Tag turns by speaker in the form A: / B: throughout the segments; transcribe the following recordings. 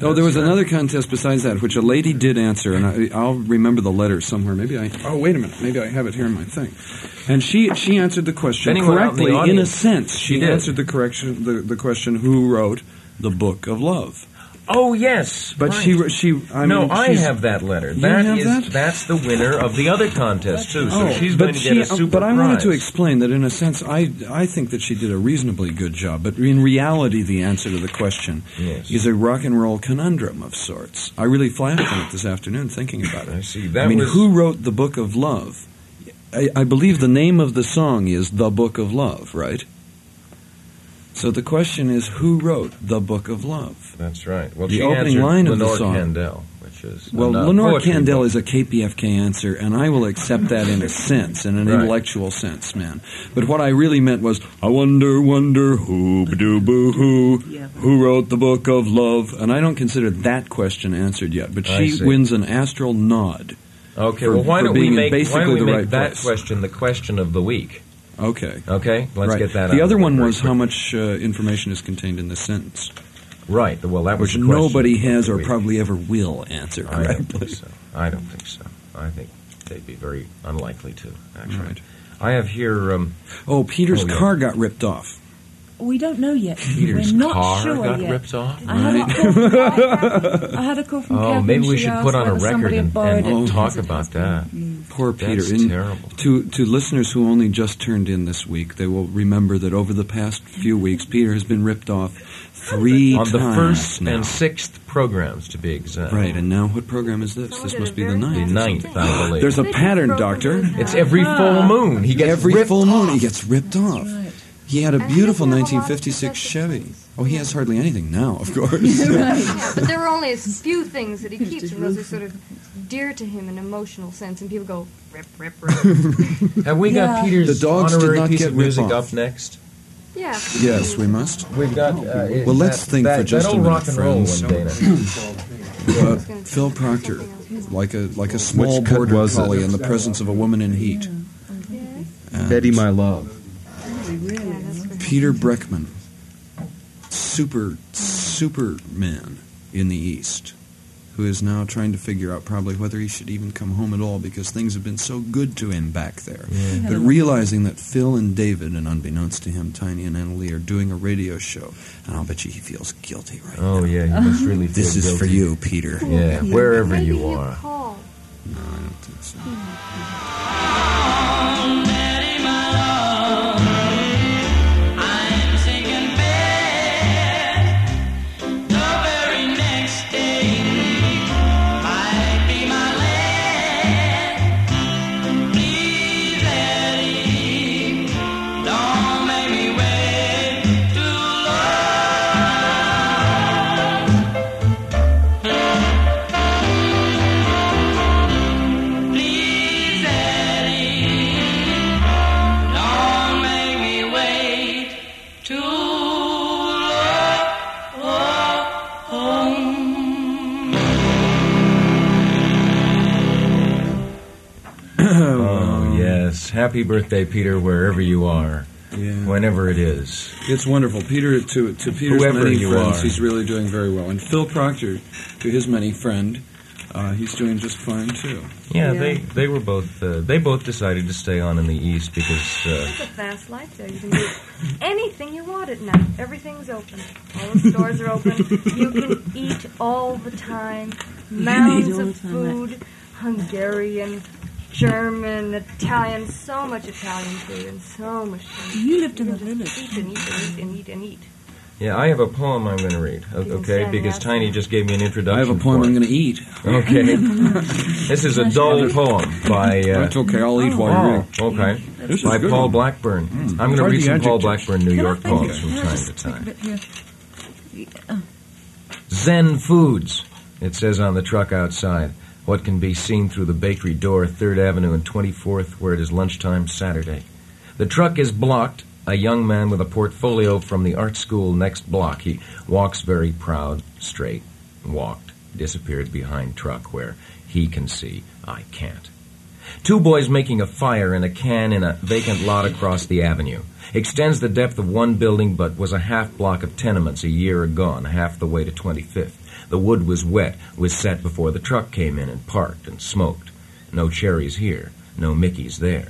A: Oh, there was another contest besides that, which a lady did answer, and I, I'll remember the letter somewhere. Maybe I. Oh, wait a minute. Maybe I have it here in my thing. And she she answered the question
B: Anyone out in the
A: correctly. in a
B: audience,
A: sense,
B: she
A: she,
B: did.
A: answered the correction the, the question who wrote the book of love.
B: Oh yes,
A: But
B: right.
A: she she she. I
B: no,
A: mean,
B: I
A: she's-
B: have that letter.
A: You
B: That
A: have
B: is-
A: that?
B: that's the winner of the other contest too. So
A: Oh,
B: she's
A: but
B: going to
A: she-
B: get a super
A: But I
B: prize.
A: wanted to explain that in a sense, I I think that she did a reasonably good job. But in reality, the answer to the question
B: Yes.
A: is a rock and roll conundrum of sorts. I really flashed on it this afternoon thinking about it.
B: I see. That
A: I mean,
B: was
A: who wrote the Book of Love? I, I believe the name of the song is "The Book of Love," right? So the question is, who wrote the Book of Love?
B: That's right. Well,
A: the
B: she
A: opening
B: answered
A: line of the
B: Lenore
A: song.
B: Candell, which is
A: Well,
B: another
A: Lenore
B: uh, poetry
A: Candell
B: book.
A: is a KPFK answer, and I will accept that in a sense, in an
B: Right.
A: intellectual sense, man. But what I really meant was, I wonder, wonder, who doo boo hoo,
C: Yeah.
A: who wrote the book of love? And I don't consider that question answered yet. But
B: I
A: she
B: see.
A: wins an astral nod.
B: Okay,
A: for-
B: well, why
A: for
B: don't we
A: being in
B: make why
A: basically
B: don't we
A: the
B: make
A: right
B: that
A: place.
B: question the question of the week?
A: Okay.
B: Okay, let's
A: right.
B: get that.
A: The
B: out
A: other
B: of the
A: one
B: way
A: was how
B: quickly.
A: much uh, information is contained in this sentence,
B: Right. Well, that
A: which
B: was the question
A: nobody
B: of
A: has
B: the
A: or
B: week.
A: probably ever will answer
B: I don't think
A: correctly.
B: so. I don't think so. I think they'd be very unlikely to. Actually,
A: Right.
B: I have here. Um,
A: Oh, Peter's
B: Oh, yeah.
A: car got ripped off.
C: We don't know yet.
B: Peter's
C: We're not
B: car
C: sure
B: got
C: yet.
B: ripped off.
C: I had, a call from, Catherine- I had a call from
B: Oh,
C: Catherine.
B: maybe we
C: She
B: should
C: asked
B: put on a
C: whether
B: record
C: somebody had
B: and,
C: borrowed
B: and
C: it.
B: talk about that.
A: Poor Peter.
B: That's
A: In-
B: terrible.
A: To to listeners who only just turned in this week, they will remember that over the past few weeks, Peter has been ripped off three
B: On the
A: times
B: first
A: now.
B: and sixth programs, to be exact.
A: right. And now, what program is this? This must be the
B: The
A: ninth.
B: ninth, I believe.
A: There's a pattern, Doctor.
B: it's every
C: Ah.
B: full moon. He gets
A: Every
B: ripped
A: full moon, he gets ripped off.
C: Right.
A: He had a
D: And he
A: beautiful
D: doesn't have a lot of
A: 1956
D: possessive
A: Chevy.
D: things.
A: Oh, he has hardly anything now, of course.
D: Yeah, but there are only a few things that he keeps, and those are sort of dear to him in an emotional sense. And people go rip, rip, rip.
B: Have we got
C: Yeah.
B: Peter's
A: The dogs did
B: honorary
A: not
B: piece
A: get
B: of music
A: rip-off.
B: up next?
D: yeah.
A: yes, we must.
B: We've got. Uh, it-
A: Well, let's
B: that-
A: think
B: that,
A: for just
B: that
A: a
B: old
A: minute,
B: rock and roll
A: friends.
B: one, Dana.
A: Uh, Phil Proctor, like a like a small
E: Which cut
A: border
E: was it?
A: collie in the presence of a woman in heat. And-
E: Betty, my love.
D: Yeah, that's good.
A: Peter Breckman, super superman in the East, who is now trying to figure out probably whether he should even come home at all because things have been so good to him back there. But realizing that Phil and David, and unbeknownst to him, Tiny and Annalie are doing a radio show, and I'll bet you he feels guilty right now.
B: Oh yeah, he must really. feel
A: This is for
B: guilty.
A: you, Peter.
B: Yeah, wherever
D: Maybe
B: you
D: he'll
B: are.
D: call.
A: No, I don't think so.
B: Oh yes, happy birthday, Peter, wherever you are,
A: Yeah.
B: whenever it is.
A: It's wonderful, Peter. To to Peter's
B: Whoever
A: many
B: you
A: friends,
B: are.
A: he's really doing very well. And Phil Proctor, to his many friend, uh, he's doing just fine too.
B: Yeah,
C: Yeah.
B: they they were both uh, they both decided to stay on in the east because uh,
D: It's a fast life there. You can do anything you want at night. Everything's open. All the stores are open. You can eat all the time. Mounds
C: all
D: of
C: the time, right.
D: food. Hungarian, German, Italian. So much Italian food and so much. German
C: You lived in the
D: food. You can just
C: village.
D: Eat and eat and eat and eat and eat.
B: yeah, I have a poem I'm going to read. o-
D: You can
B: Okay,
D: stand
B: because
D: up.
B: Tiny just gave me an introduction.
A: I have a poem I'm going to eat.
B: going to. Okay, this is a dull poem by. Uh,
A: That's okay. I'll eat while you're
B: Oh,
A: eating.
B: okay.
A: This is
B: By
A: good
B: Paul
A: one.
B: Blackburn. I'm going to
A: Try
B: read
A: the
B: some Paul
A: adjectives.
B: Blackburn New
C: Can I
B: York
C: find
B: poems
C: it?
B: from
C: Can I
B: time
C: just
B: to
C: take a
B: time.
C: bit here? Yeah.
B: Zen Foods. It says on the truck outside. What can be seen through the bakery door, 3rd Avenue and 24th, where it is lunchtime Saturday. The truck is blocked. A young man with a portfolio from the art school next block. He walks very proud, straight, walked, disappeared behind truck where he can see, I can't. Two boys making a fire in a can in a vacant lot across the avenue. Extends the depth of one building, but was a half block of tenements a year agone, half the way to 25th. The wood was wet, was set before the truck came in and parked and smoked. No cherries here, no Mickeys there.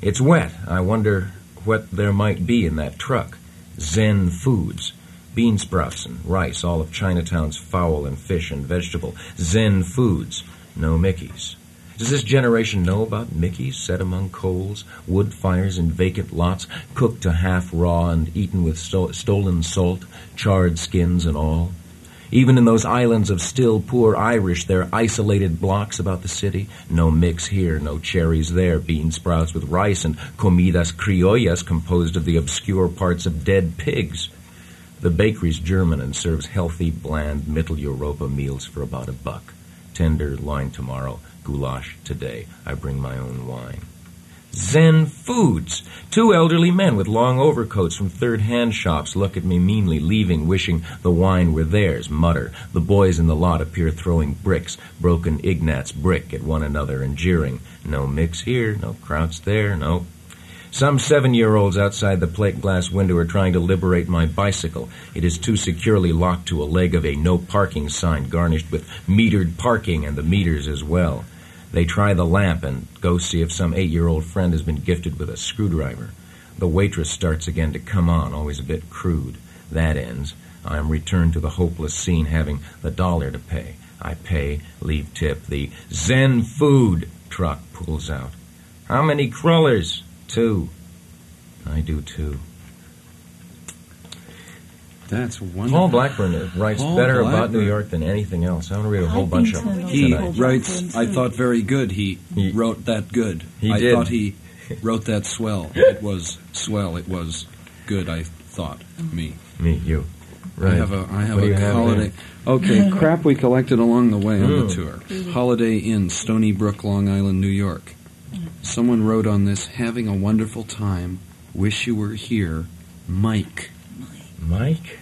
B: It's wet. I wonder what there might be in that truck. Zen foods. Bean sprouts and rice, all of Chinatown's fowl and fish and vegetable. Zen foods. No Mickeys. Does this generation know about Mickeys set among coals, wood fires in vacant lots, cooked to half raw and eaten with sto- stolen salt, charred skins and all? Even in those islands of still poor Irish, their isolated blocks about the city, no mix here, no cherries there, bean sprouts with rice and comidas criollas composed of the obscure parts of dead pigs. The bakery's German and serves healthy, bland, middle Europa meals for about a buck. Tender loin tomorrow, goulash today. I bring my own wine. Zen Foods. Two elderly men with long overcoats from third hand shops look at me meanly, leaving, wishing the wine were theirs, mutter. The boys in the lot appear throwing bricks, broken Ignatz brick, at one another and jeering. No mix here, no krauts there, no. Some seven year olds outside the plate glass window are trying to liberate my bicycle. It is too securely locked to a leg of a no parking sign garnished with metered parking and the meters as well. They try the lamp and go see if some eight year old friend has been gifted with a screwdriver. The waitress starts again to come on, always a bit crude. That ends. I am returned to the hopeless scene having the dollar to pay. I pay, leave tip. The Zen Food truck pulls out. How many crawlers? Two. I do too.
A: That's wonderful.
B: Paul Blackburn is- writes
A: Paul
B: better about
A: Blackburn.
B: New York than anything else. I want to read a whole
C: I
B: bunch of
C: think
B: them
C: so.
A: He
B: tonight.
C: Paul
A: writes, I
C: Blackburn, too.
A: thought very good. He
B: He-
A: wrote that good.
B: He
A: I
B: did.
A: thought he wrote that swell. It was swell. It was good, I thought. Me.
B: Me, you. Right. Oh,
A: I have a, I have
B: What do you
A: a
B: have
A: holiday. Okay, crap we collected along the way on the tour. Holiday Inn, Stony Brook, Long Island, New York. Someone wrote on this, having a wonderful time. Wish you were here, Mike.
B: Mike?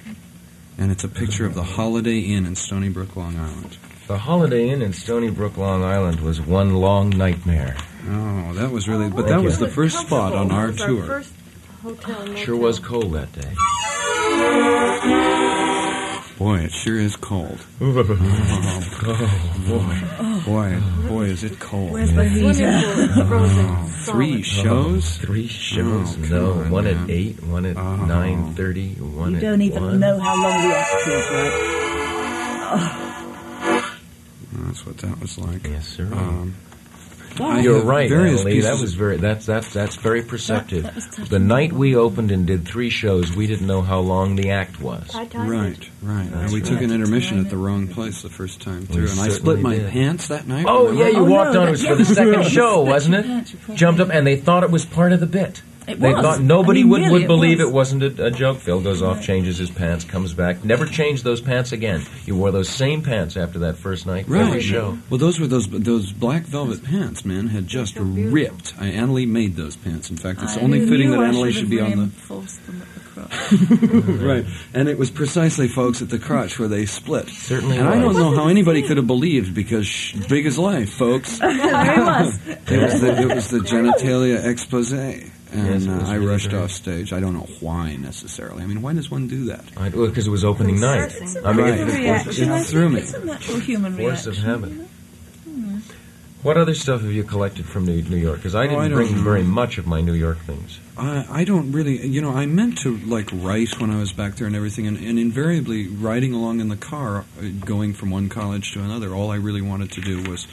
A: And it's a picture of the Holiday Inn in Stony Brook, Long Island.
B: The Holiday Inn in Stony Brook, Long Island was one long nightmare.
A: Oh, that was really,
D: Oh,
A: but
D: wow,
A: that
B: Thank
A: was
B: you.
A: the first
D: comfortable.
A: spot on our
D: It was
A: tour.
D: first hotel
B: Sure
D: motel.
B: was cold that day.
A: Boy, it sure is cold. Boy, boy, is it cold.
C: Where's my
D: Swimming
C: visa?
D: pool is frozen.
A: Oh, Three
D: solid.
A: shows?
B: Three shows.
A: Oh, come
B: no,
A: on,
B: one at
A: man.
B: eight, one at
A: Oh.
B: nine thirty, one
C: You
B: at
C: don't even
B: one.
C: know how long the office is, right?
A: That's what that was like.
B: Yes, sir.
A: Um,
C: Wow.
A: I
B: You're
A: have
B: right,
A: various
B: Annalee. That
A: pieces-
B: was very that's that's that's very perceptive.
C: that was touching.
B: the night we opened and did three shows, we didn't know how long the act was.
D: I timed
A: Right,
D: it.
A: right.
B: That's
A: we
B: right.
A: took an intermission at the wrong place the first time through, and I
B: certainly
A: split my
B: did.
A: pants that night.
B: Oh
A: remember?
B: yeah, you
C: Oh,
B: walked
C: no,
B: on. It
C: that-
B: was
C: yeah,
B: for the
C: you
B: second
C: did.
B: show,
C: That's
B: wasn't
C: your plan, your
B: it?
C: plan.
B: Jumped up, and they thought it was part of the bit.
C: It
B: They
C: was.
B: thought nobody
C: I mean,
B: would,
C: really,
B: would
C: it
B: believe
C: was.
B: it wasn't a, a joke. Phil goes off, changes his pants, comes back. Never changed those pants again. You wore those same pants after that first night,
A: Right.
B: every show.
A: Well, those were those those black velvet pants, man, had just
D: so beautiful.
A: ripped. I, Annalie made those pants. In fact, it's
C: I
A: only fitting
C: knew
A: that
C: I
A: Annalie should
C: have
A: be on
C: reinforced them at the cross.
A: the right. And it was precisely, folks, at the crotch where they split.
B: Certainly
A: And I
B: was.
A: don't know how anybody could have believed because sh- big as life, folks.
C: Very much.
A: It was the, it was the genitalia expose, and
B: Yes, it
A: uh,
B: was
A: I
B: really
A: rushed
B: great.
A: off stage. I don't know why necessarily. I mean, why does one do that?
B: I- well, because it was opening night.
D: It's
B: I mean,
A: Right.
B: it's
A: It's
B: the
A: reaction.
B: force, of-
A: I think through me.
C: It's a natural human
B: force
C: reaction.
B: of habit. What other stuff have you collected from New, New York? Because I
A: Oh,
B: didn't
A: I don't
B: bring
A: know.
B: very much of my New York things.
A: I, I don't really, you know, I meant to like write when I was back there and everything, and, and invariably riding along in the car, uh, going from one college to another, all I really wanted to do was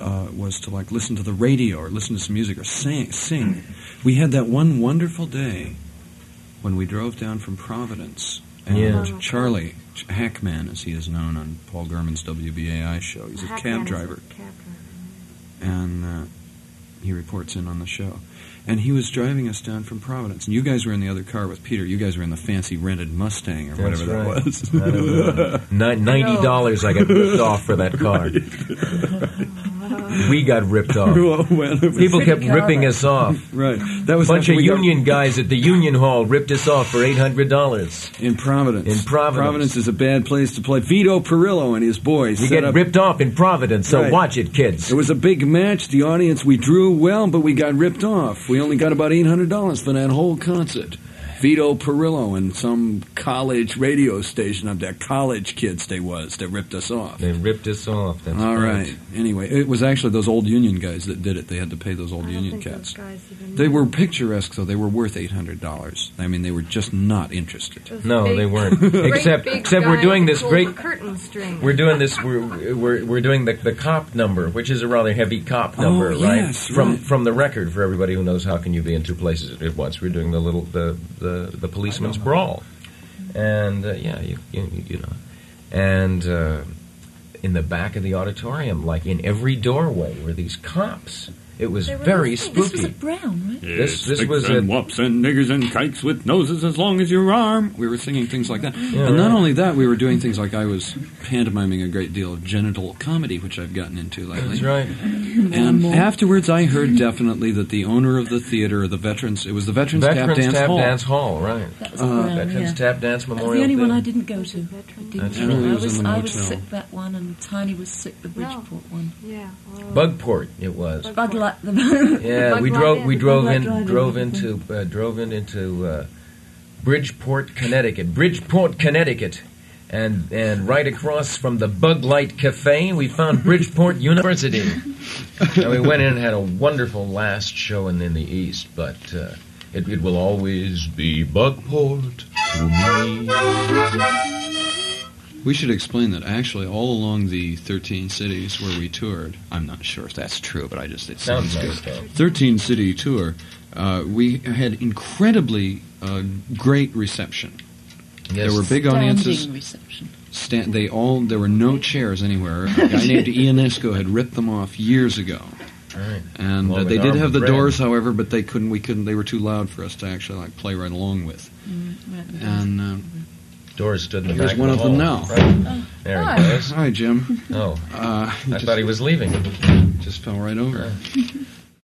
A: uh, was to like listen to the radio or listen to some music or sing. Sing. We had that one wonderful day when we drove down from Providence, and
B: Yeah.
A: Charlie Ch- Hackman, as he is known on Paul Gurman's WBAI show, he's a
D: Hackman
A: cab
D: is
A: driver
D: a cab driver.
A: and uh, he reports in on the show. And he was driving us down from Providence, and you guys were in the other car with Peter. You guys were in the fancy rented Mustang or
B: That's
A: whatever that
B: right.
A: was.
B: I don't know. Ni- Ninety dollars I got ripped off for that car. we got ripped off.
A: Well, well, it was-
B: People kept
C: Pretty
B: ripping us off.
A: right. That
B: A
A: was
B: bunch
A: after
B: of
A: we got-
B: union guys at the union hall ripped us off for eight hundred dollars.
A: in Providence.
B: In Providence.
A: Providence is a bad place to play. Vito Perillo and his boys.
B: You
A: set
B: get
A: up-
B: ripped off in Providence, so
A: Right.
B: watch it, kids.
A: It was a big match. The audience we drew well, but we got ripped off. We only got about eight hundred dollars for that whole concert.
E: Vito Perillo and some college radio station up there. College kids they was that ripped us off.
B: They ripped us off. That's
E: All
B: right.
E: right. Anyway, it was actually those old union guys that did it. They had to pay those
D: I
E: old
D: don't
E: union
D: think those
E: cats.
D: guys even
E: They
D: knew.
E: were picturesque, though. They were worth eight hundred dollars. I mean, they were just not interested.
D: Those
B: No,
D: big-
B: they weren't.
D: great
B: except,
D: big
B: except we're
D: guy
B: doing
D: with
B: this
D: gold
B: great.
D: curtain string.
B: We're doing this. We're we're, we're doing the, the cop number, which is a rather heavy cop
E: Oh,
B: number, right?
E: yes,
B: From
E: right.
B: from the record for everybody who knows how can you be in two places at once. We're doing the little the the, the policeman's brawl, and uh, yeah, you, you you know, and uh, in the back of the auditorium, like in every doorway, were these cops. It was
D: They were
B: very
D: listening.
B: spooky.
C: This was a brown, right?
B: This- this
E: Sticks
B: was a-
E: and whops and niggers and kikes with noses as long as your arm. We were singing things like that, and
B: right.
E: not only that, we were doing things like I was pantomiming a great deal of genital comedy, which I've gotten into lately.
B: That's right.
E: And afterwards, I heard definitely that the owner of the theater, the veterans, it was the veterans,
B: Veterans
E: tap dance hall.
B: Dance Hall, right?
E: Ah,
C: That was brown,
B: Veterans
C: Oh, yeah.
B: Tap Dance
C: That
B: Memorial.
C: was the only one
B: Theater.
C: I didn't go to. I didn't
B: That's
C: go.
B: right.
C: I
E: It was
C: was,
E: in the
C: I was
E: motel.
C: sick that one, and Tiny was sick the Bridgeport one.
D: Yeah. well,
B: Bugport, it was.
C: Bug like the
B: Yeah,
D: Bug
B: we
D: Light
B: drove.
D: Inn.
B: We
D: Bug
B: drove
C: Light
B: in.
C: Drive-In.
B: Drove into. Uh, drove in into uh, Bridgeport, Connecticut. Bridgeport, Connecticut, and and right across from the Bug Light Cafe, we found Bridgeport University. and we went in and had a wonderful last show in, in the East, but uh, it, it will always be Bugport to me.
A: We should explain that actually all along the 13 cities where we toured, I'm not sure if that's true, but I just it
B: Sounds
A: sounds good.
B: nice, though.
A: 13 city tour, uh, we had incredibly uh, great reception.
B: Yes.
A: There were big audiences.
C: Standing reception.
A: Stand, they all there were no chairs anywhere. A guy named Ionesco had ripped them off years ago,
B: All right.
A: and
B: Well,
A: uh,
B: with
A: they did
B: Armed
A: have the
B: Brand.
A: doors, however, but they couldn't. We couldn't. They were too loud for us to actually like play right along with.
C: Right.
A: And uh,
B: Doors stood in the
A: Here's
B: back
A: one
B: of,
A: of
B: the
A: them
B: hall.
A: now.
B: Right. There
C: Oh. Hi.
B: he goes.
A: hi, Jim.
B: Oh,
A: Uh,
B: I
A: just,
B: thought he was leaving.
A: just fell right over.